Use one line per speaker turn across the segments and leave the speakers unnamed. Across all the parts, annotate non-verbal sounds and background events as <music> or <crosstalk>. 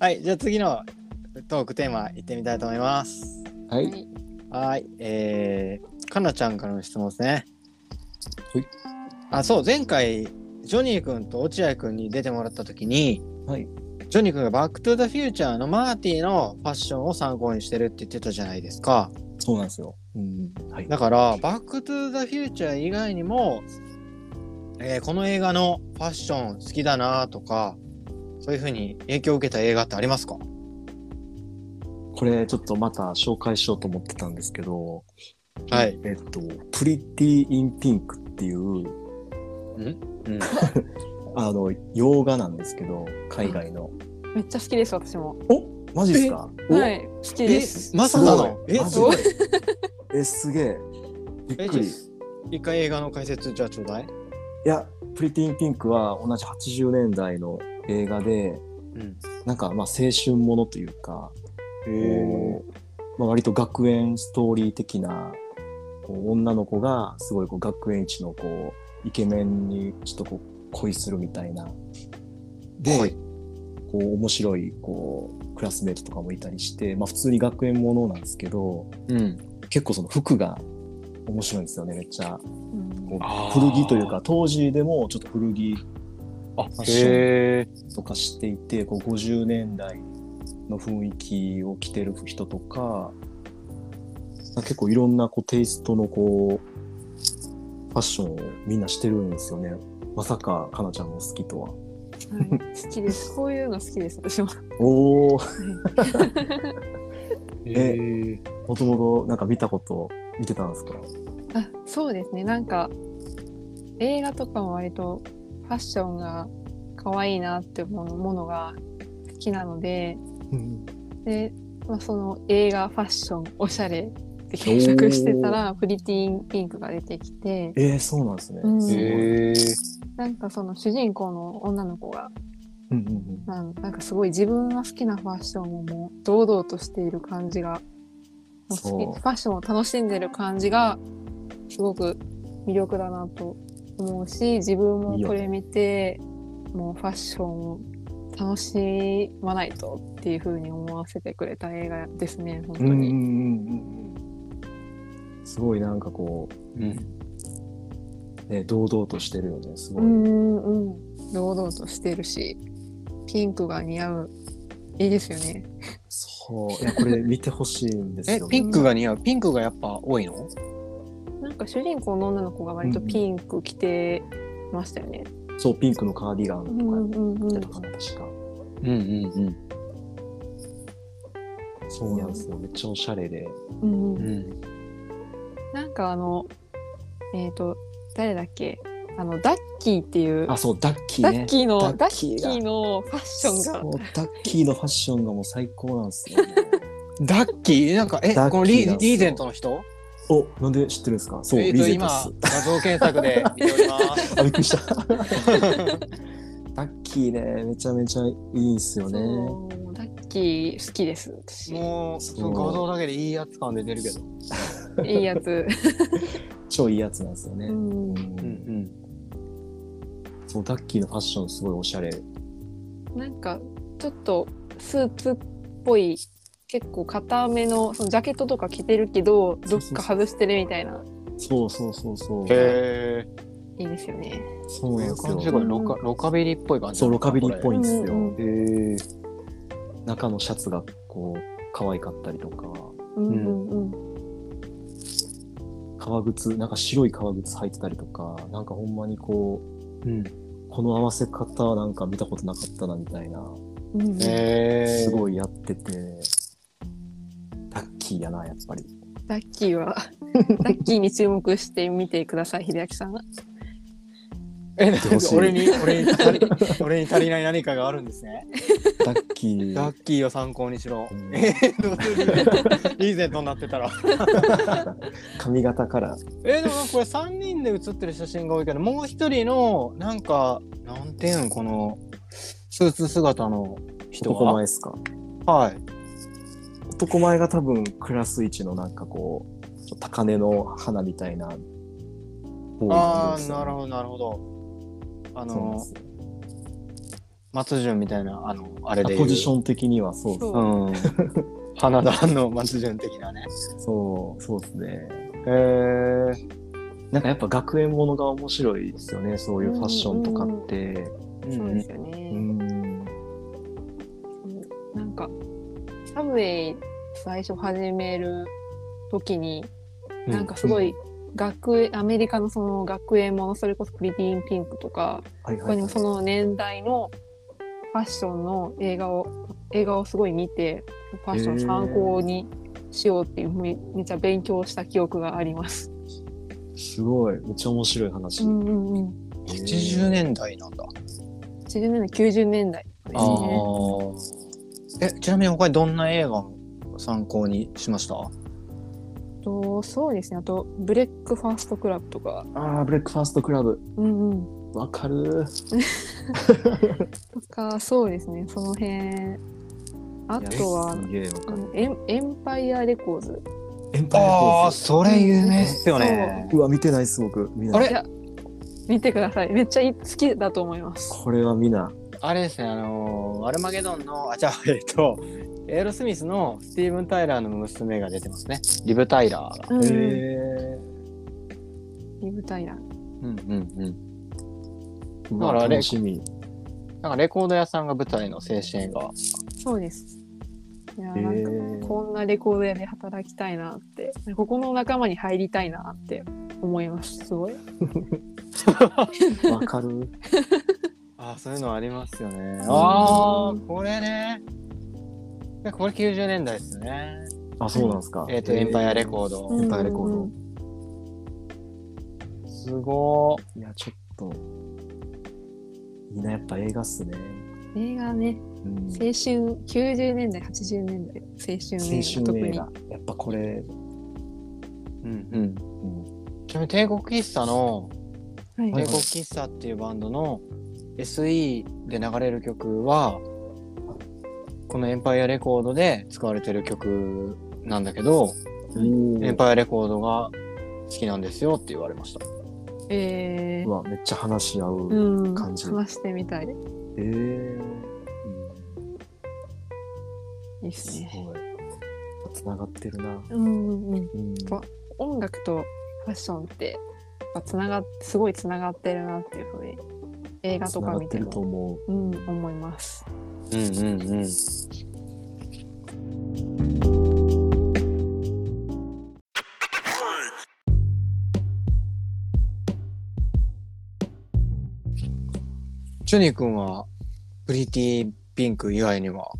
はい、じゃあ次のトークテーマいってみたいと思います。
は。
はいい。
はい、えー、かなちゃんからの質問ですね。
はい。
あ、そう、前回、ジョニー君と落合君に出てもらった時に、
はい。
ジョニー君がバックトゥザフューチャーのマーティのファッションを参考にしてるって言ってたじゃないですか。
そうなんですよ。
うん。
はい。
だから、バックトゥザフューチャー以外にも、えーこの映画のファッション好きだなとか、そういうふうに影響を受けた映画ってありますか
これちょっとまた紹介しようと思ってたんですけど、
はい。
えっと、プリティ・イン・ピンクっていう、
うん、
あの、洋画なんですけど、海外の。
めっちゃ好きです、私も。
おマジですかお
はい。好きです。
まさかの
え、マジ
そう
え、すげえ。びっくり。い
一回映画の解説じゃあちょうだい。
や、プリティ・イン・ピンクは同じ80年代の映画で、
うん。
なんかまあ青春ものというか、
へ
こうまあ、割と学園ストーリー的なこう女の子がすごいこう学園地のこうイケメンにちょっとこう恋するみたいなで、
はい
こう面白いこうクラスメートとかもいたりして、まあ、普通に学園ものなんですけど
うん。
結構その服が面白いんですよねめっちゃ
うん
こ
あ
う
ー
古着というか当時でもちょっと古着
あ
ファッショ
へ
ン
え。
とかしていてこう50年代の雰囲気を着てる人とかなんか結構いろんなこうテイストのこうファッションをみんなしてるんですよねまさかかなちゃんも好きとは
はい好きです。こういうの好きです、私も。
おお
へ
え
え。
もともとなんか見たこと見てたんですか
あそうですねなんか映画とかも割とファッションが可愛いなって思うものが好きなのでで、まあ、その映画ファッションおしゃれって検索してたらプリティーンピンクが出てきて
えー、そうなんですね、
うん
すごい
へえ。
なんかその主人公の女の子が
うんうんうん
なんなんかすごい自分が好きなファッションをもう堂々としている感じがもう
そう
好きファッションを楽しんでる感じがすごく魅力だなと思うし自分もこれ見てもうファッションを楽しまないとっていう風に思わせてくれた映画ですね本当
うんうん
に。
うんうんすごいなんかこ
うん。
う、ね、堂々としてるよねすご
う
い、
んうん堂々としてるしピンクが似合ういいですよね。
そういやこれ見てほしいんです
え
よ、
ピンクが似合う。ピンクがやっぱ多いの
なんか主人公の女の子が割とピンク着てましたよね。
そう、ピンクのカーディガンと
うんうん
か
うんう
や
ん
ってたかな、確か。
うんうん
そうなんですよ。めっちゃおしゃれで。
うん
う。
うんん
うん。
なんかあのえっ、と誰だっけあのダッキーっていう
あ、そう、ダッキー
ダ
ね。
ッキーのダ
ダ
ッ
ッキ
キー
ーが
のファッションが
そう、ダッキーのファッションがもう最高なんです
<laughs>
よ。
ダッキーなんか、え、
ダッキー
このリ
な
ー
んですよ
リーゼントの人
お、なんで知ってるんですかそう、
えー
リ
と
ーゼント
今
っす、
画像検索で見ております。
あ、びっくりした。ダッキーね、めちゃめちゃいいんですよね。
そうダッキー好きです <laughs> 私
もう、その画像だけでいいやつ感出てるけど。
いいや <laughs> つ、
超いいやつなんですよね。う
う
ん
う
ん
ん
そう、ダッキーのファッションすごいおしゃれ。
なんかちょっとスーツっぽい結構硬めのそのジャケットとか着てるけどどっか外してるみたいな
そうそうそうそう。
へえ。
いいですよね。
そう
こう
ない
う
んです
感じ
よ
で。これロカ、ロカビリーっぽい感じ。
そう、ロカビリーっぽ
い。
いんですよ。
うんう
へ
ん
え。
中のシャツがこう可愛かったりとか
うんうんうん
革靴なんか白い革靴履いてたりとかなんかほんまにこ
うん。
うこの合わせ方はなんか見たことなかったなみたいな
うんうん
へえ。
す
い。
ごいやっててラッキーやなやっ
<laughs>
ぱり
ラッキーはラッキーに注目してみてください秀明さんは。
え、
てほしい
俺に、俺に足り、俺に足りない何かがあるんですね。
ラッキー
ダッキーを参考にしろ。
うん
えー、どうするリーゼントになってたら。
髪型から
えー、でもなんかこれ3人で写ってる写真が多いけどもう一人のなんかなんていうんこのスーツ姿の人
男前
は
っすか
はい
男前が多分クラス一のなんかこう高根の花みたいな
ああなる
ほ
ほどなるほどあ
そうなんで
の
すよ
松潤みたいな、あの、あれで言う。
ポジション的にはそう
そう
うん。花田の松潤的なね。
そうそうですね。
へえ。
なんかやっぱ学園ものが面白いですよね、そういうファッションとかって。
そうですよね。
うん。
なんかサブウェイ最初始める時に
うん
なんかすごい学園アメリカのその学園ものそれこそプリティーンピンクとか
はいは
他
い
に
はい。
もその年代のファッションの映画を映画をすごい見てファッション参考にしようっていうめめっちゃ勉強した記憶があります。
すごい、めっちゃ面白い話。
うんうんうん、
80年代なんだ。
80年代90年代です
あ
ね。
え、ちなみに他にどんな映画を参考にしました
とそうですねあとブレックファーストクラブとか、
ああ、ブレックファーストクラブ。
うんうん、
わかる。
とかそうですねその辺あとはい
やすげえわ
あ
かる。
のエンエンパイアレコーズ
エンパイア
ああ、
コー
それ有名っすよね
ス。うわ、見てないすごく。見ない
あれ
いや見てくださいめっちゃい好きだと思います
これは見な。
あれですね、あのーアルマゲドンの、あ、じゃあ、えっと、エアロスミスのスティーブン・タイラーの娘が出てますね。リブ・タイラーが。
うん
へ
リ
え。
ブ・タイラー
うんうんうん。だ
うわ
からあれ
楽しみ。
なんかレコード屋さんが舞台の青春映画。
そうですいや
へ
なんか
え
こんなレコード屋で働きたいなってここの仲間に入りたいなって思いますすごい
わかる。
あそういうのありますよね。
あ
ああ、これね。これ90年代ですね。
あ、そうなんですか。
えっ、と、エンパイアレコード。
エンパイアレコード。
すごー。
いや、ちょっと、みんなやっぱ映画っすね。
映画ね
うん、
青春90年代80年代青春映画
青
特
春映
に
画。やっぱこれ、
うんうん。
うん、
ちなみに帝国喫茶の、
はい
帝国喫茶っていうバンドの SE で流れる曲は、このエンパイアレコードで使われてる曲なんだけど、エンパイアレコードが好きなんですよって言われました。
え
う
ー
わ、めっちゃ話し合う。
うん、
感じ
話してみたい
えー、
ですすね。
ごい。つながってるな。
うんうんうん、
うん、
わ音楽とファッションってやっぱつながっすごいつながってるなっていうふうに映画
つ
と
な
か
がっ
見て
てる
も
と思う。
うん、思います。
うんうんうん。ジュニー君はプリティピンク以外には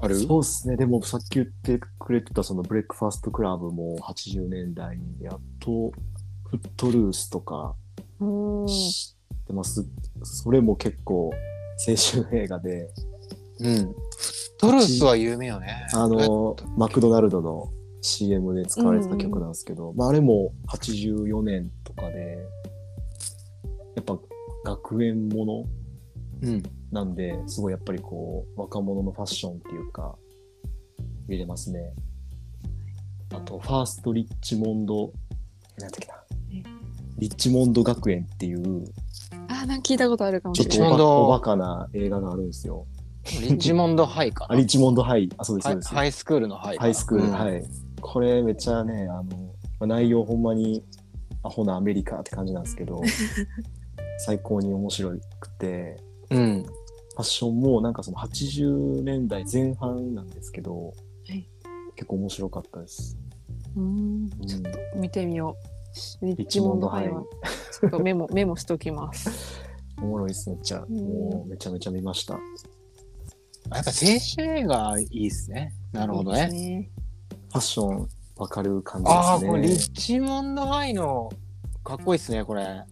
ある
そうですね。でもさっき言ってくれてたそのブレックファーストクラブも80年代にやっとフットルースとか
うん、
知ってます。それも結構青春映画で、
うん。フットルースは有名よね。
あ
え
の、マクドナルドの CM で使われてた曲なんですけど、まああれも84年とかで、やっぱ学園もの
うん。
なんで、すごいやっぱりこう、若者のファッションっていうか、見れますね。あと、ファーストリッチモンド、なんだっけな
え。
リッチモンド学園っていう、
あなんか聞いたことあるかも
ちょ
し
っ
れ
と
リッチモ
ない。
ンド
おバカな映画があるんですよ。
リッチモンドハイか
あ、
な。
リッチモンドハイ。あ、そうです、
ハ
そう
イ
です。
ハイスクールのハイかな。
ハイスクール、
うん
はい。これめっちゃね、あの、まあ内容ほんまにアホなアメリカって感じなんですけ
<laughs>
ど、最高に面白くて、
うん。
ファッションもなんかその80年代前半なんですけど、
い
結構面白かったです。
うん、ちょっと見てみよう。リッチモンドハイはちょっとメモ <laughs> メモしときます。
おもろいです、めっちゃ。
ん
もうめちゃめちゃ見ました。フ
やっぱ青春映画いいっすね。なるほど
いい
ね
で。すね。
ァッションわかる感じ
ああ、これリ
ですね。
ッチモンドハイのかっこいいっすね、これ。。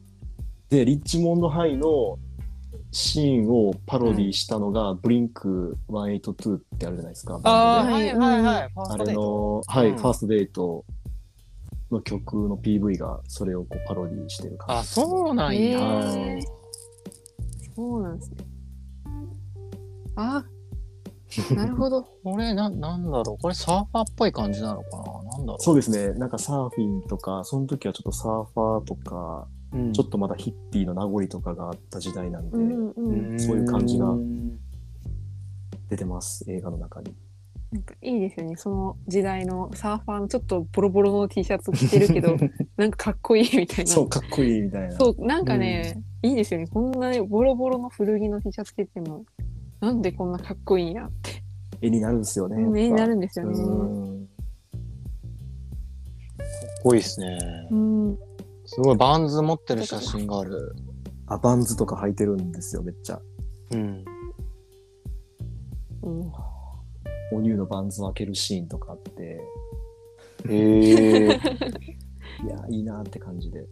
で、リッチモンドハイのシーンをパロディしたのが、ブリンク182ってあるじゃないですか。バンドで
ーはいはいはい
ファ
あれの、はい、
うん
ファーストデートの曲の PV がそれをこうパロディしてる感じ
あ、
ですね、
そうなんや。
えーそうなんですね。あ、
<laughs>
なるほど。
これな、なんだろう。これサーファーっぽい感じなのかななんだろう。
そうですね。なんかサーフィンとか、その時はちょっとサーファーとか、
うん
ちょっとまだヒッピーの名残とかがあった時代なんで、
うんうん、
そういう感じが出てます、映画の中に。
なんかいいですよねその時代のサーファーのちょっとボロボロの T シャツ着てるけ
<laughs>
どなんかかっこいいみたいな
そう、かっこいいみたいな。
そうなんかね、いいですよねこんなにボロボロの古着の T シャツ着ててもなんでこんなかっこいいんやって
絵になるんですよね。
目になるんです
や
よ
っぱ
ね。
うん
こいいですね。
うん、
すごい、バンズ持ってる写真がある。
あ、バンズとか履いてるんですよ、めっちゃ。
うん。
うん
お乳のバンズを開けるシーンとかあって、
へえ。
いや、いいなって感じで。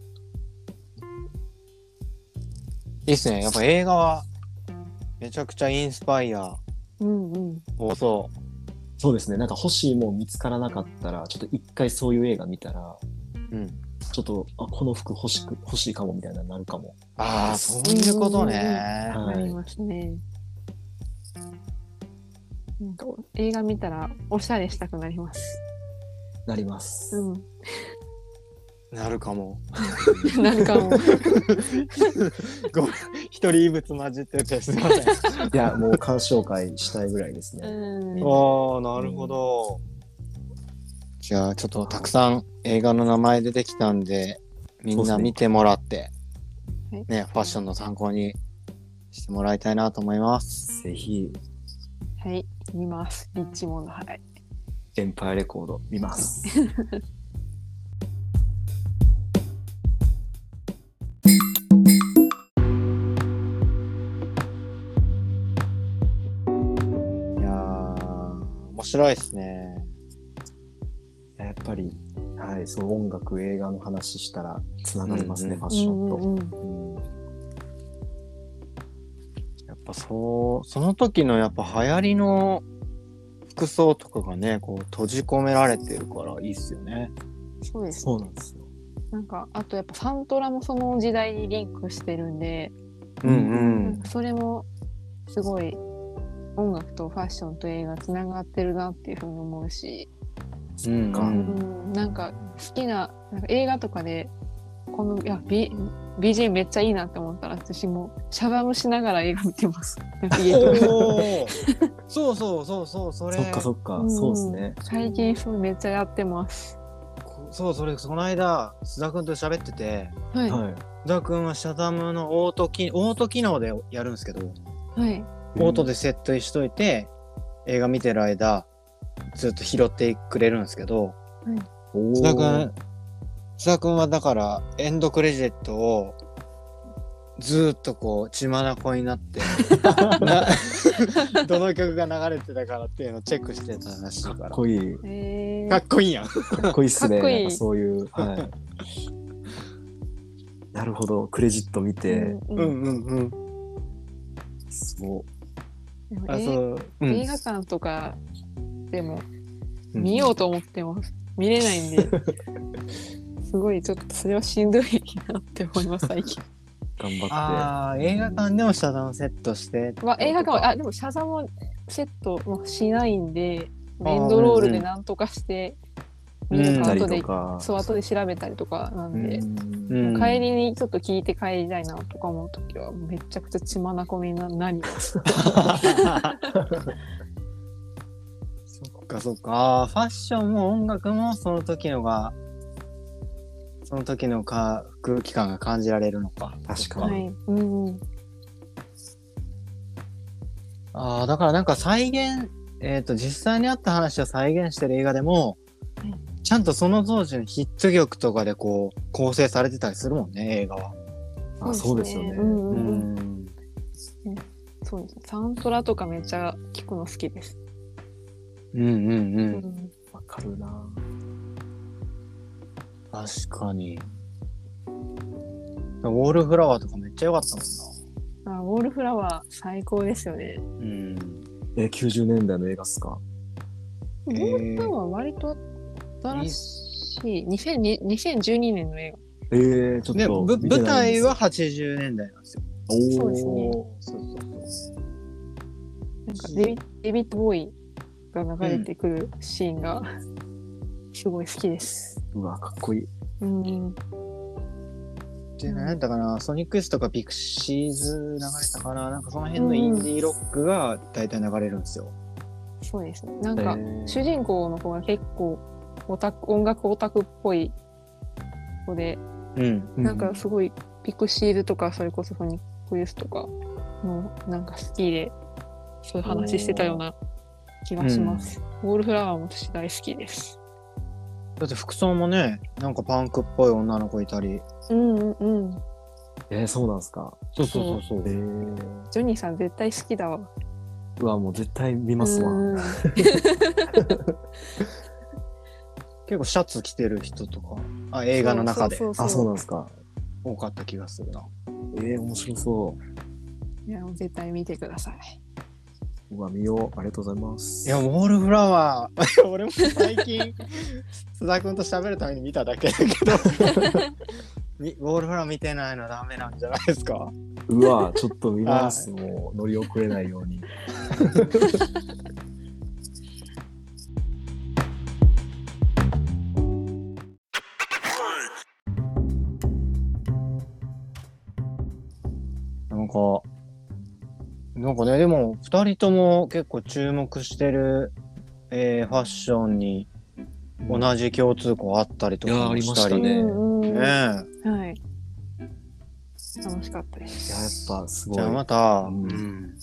いいっすね。やっぱ映画は、めちゃくちゃインスパイア
うんうん
多そ
そうですね、なんか欲しいもん見つからなかったら、ちょっと一回そういう映画見たら、
う。うん。
ちょっと、あ、この服欲しく、欲しいかもみたいなのになるかも。
ああ、そういうことね。
はい
ありますね。なんか映画見たらおしゃれしたくなります。
なります。
う
なるかも。
ん、なんかもう
ごめん。一人異物混じってて、すいません。
いや、もう鑑賞会したいぐらいですね。
うん、
ああ、なるほど。じゃあ、ちょっとたくさん映画の名前出てきたんで、みん
そうっ
な
すね
見てもらって、
はい
ね、ファッションの参考にしてもらいたいなと思います。
ぜひ、
はい、見ます。リッチモンドはい。
エンパイアレコード見ます。
<laughs>
いやー、面白いですね。
やっぱり、はい、そう音楽、映画の話したらつながりますね、
うん
ファッ
う
ション
ん
と。
うんうん。
うん
やっぱそう、その時のやっぱ流行りの服装とかがね、こう閉じ込められてるからいいっすよね。
そうです。
そうなんですよ。
なんかあとやっぱサントラもその時代にリンクしてるんで、
うん
なんかそれもすごい音楽とファッションと映画つながってるなっていうふうに思うし。
うん
そっか
うん、なんか好きななんか映画とかでこのいや、B、BGM めっちゃいいなって思ったら私もシャバムしながら映画見てます。なんか家で
おーそうそうそうそう、それ。
そっかそっか、
うん
そうですね。
最近そうめっちゃやってます。
こそうそれその間須田君と喋ってて
はい、は
はい。
須田君はシャタムのオート機オート機能でやるんですけど、
い、
オートでセットしといて映画見てる間ずっと拾ってくれるんですけど
おー
須田君須田君はだからエンドクレジットをずーっとこう血眼になって
<laughs>
な <laughs> どの曲が流れてたからっていうのをチェックしてたらしいか
からっこいい。
えー
かっこいいやん
かっこいいっすね。
かっこいい
やっぱそういう。
<laughs>
はい。なるほど、クレジット見て、
う
うんんう
うん
んうん
そう。
でも
あ
え
そう、うん
映画館とかでも見ようと思ってます。見れないんで。すごいちょっとそれはしんどいなって思います最近。
頑張
ああ映画館でも遮断セットしてってこと
ま
か
あ、映画館はあでもシャザもセットもしないんでエンドロールでなんとかして
うん
見る
って。
か
たり
後で、
とか。
そう後で調べたりとかなんで、
うん
うん
帰りにちょっと聞いて帰りたいなとか思う時はめちゃくちゃ血まなこにななります。
そっかそっかあーファッションも音楽もその時のがその時のか空気感が感じられるのか
確か
そっ
はい、うんうん
ああだからなんか再現えっ、と実際にあった話を再現してる映画でも、
はい
ちゃんとその当時のヒット曲とかでこう構成されてたりするもんね映画は。
あ、そうですよね。
うんうんうん
ん
そうですサントラとかめっちゃ聞くの好きです。
うんうんう
うんん
わかるな。
確かに。ウォールフラワーとかめっちゃ良かったも
あウォールフラワー最高ですよね。
んな。うん。
え、90年代の映画っすか
ウ
ー
ォールフラワー割と新しい2002 2012年の映画。
えー、ちょっ
で、
と
ぶ
見て
舞
ないん
台
です。
は80年代なんですよ。
おー
そうですね
そうそうそ
なんかデビデビッド・ボーイが流れてくるシーンが、すごい好きです。
うわ、かっこいい。
うん、
で、何やったかな、ソニックスとかピクシーズ流れたかな、なんかその辺のインディーロックが大体流れるんですよ。
そうですね。なんか、主人公の子が結構オタク音楽オタクっぽい子で、
うん。
なんかすごいピクシーズとかそれこそソニックユースとかのなんか好きでそういう話してたような気がします。ウォールフラワーも私大好きです。
だって服装もね、なんかパンクっぽい女の子いたり。
うんうんうん。
えー、そうなんすか。
そうそうそうそう。
え
え
ー、
ジョニーさん絶対好きだわ。
うわ、もう絶対見ますわ。
うん
結構シャツ着てる人とか、あ映画の中で
そうそう
あ、
そ
そう
うそ
なんですか。
多かった気がするな。
えー、面白そう
いや絶対見てください。
う。うわ、見よう。ありがとうございます。
いや、ウォールフラワー、 <laughs> 俺も最 <laughs> 近、須田君と喋るために見ただけだけど、 <laughs> みウォールフラワー見てないのダメなんじゃないですか
うわ、ちょっと見ます。もう乗り遅れないように。
なんか、なんかね、でも、二人とも結構注目してる、えーファッションに同じ共通項あったりとか
いやー
もした
あ
り。
りまね
うんう
ね
ん
え
はい。楽しかったで
いや、やっ
す。
ぱすごい
じゃあ。また、
うん
うん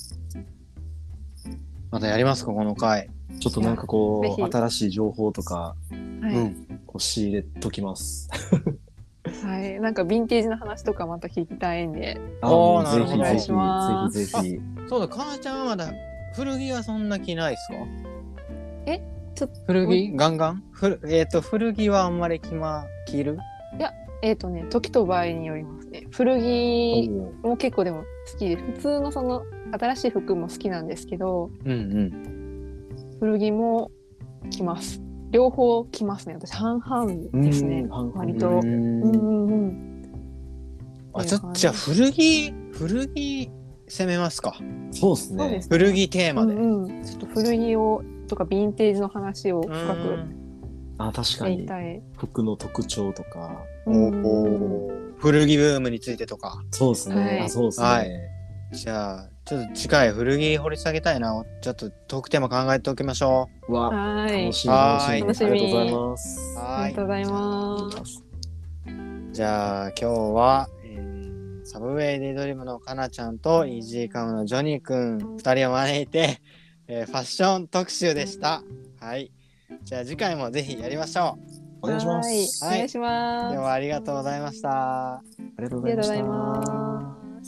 またやりますか、この回。
ちょっとなんか
いや
こ
ぜ
う、
ひ
新しい情報とか、
はい。
うん
こう仕入れときます。
はい、なんかヴィンテージの話とかまた聞きたいんで。
あ
おー
もうぜ
なるほど
ひぜひ、ぜひぜひ。
そうだ、かなちゃんはまだ、古着はそんな着ないですか
えちょっと
古着ガンガンふるえっ、と、古着はあんまり着ま、着る
えっ、とね、時と場合によりますね。古
お
着
ー
も結構でも好きで、普通のその新しい服も好きなんですけど、
うん
古着も着ます。両方着ますね。私半々ですね。
うん
割
う
と。う
ん。
んうんうん。
あ、ちょっと、じゃあ古着、古着攻めますか。
そうです
そうで
ね
す。
古着テーマで。
うんうん、ちょっと古着をとかヴィンテージの話を深く
あ、確
し
か
ていき
に。
たい。
服の特徴とか。
うん
おー古着ブームについてとか。
そうですね。
はい
あ、そうですね。
はいじゃあ、ちょっと次回古着掘り下げたいな。ちょっとトークテーマ考えておきましょ
うわ、
はい
楽。しみ、
は
楽し
い
み。ありがとうございます
う。。
あ
は
りがとうございます。
じゃあ今日は、えーサブウェイデイドリームのかなちゃんとイージーカムのジョニーくん2人を招いて、えーファッション特集でした。はい。じゃあ次回もぜひやりましょ
お願いしま
はい
す。
お願いし
う。
ます。
ではありがとうございました。
ありがとう
ありがとうございます。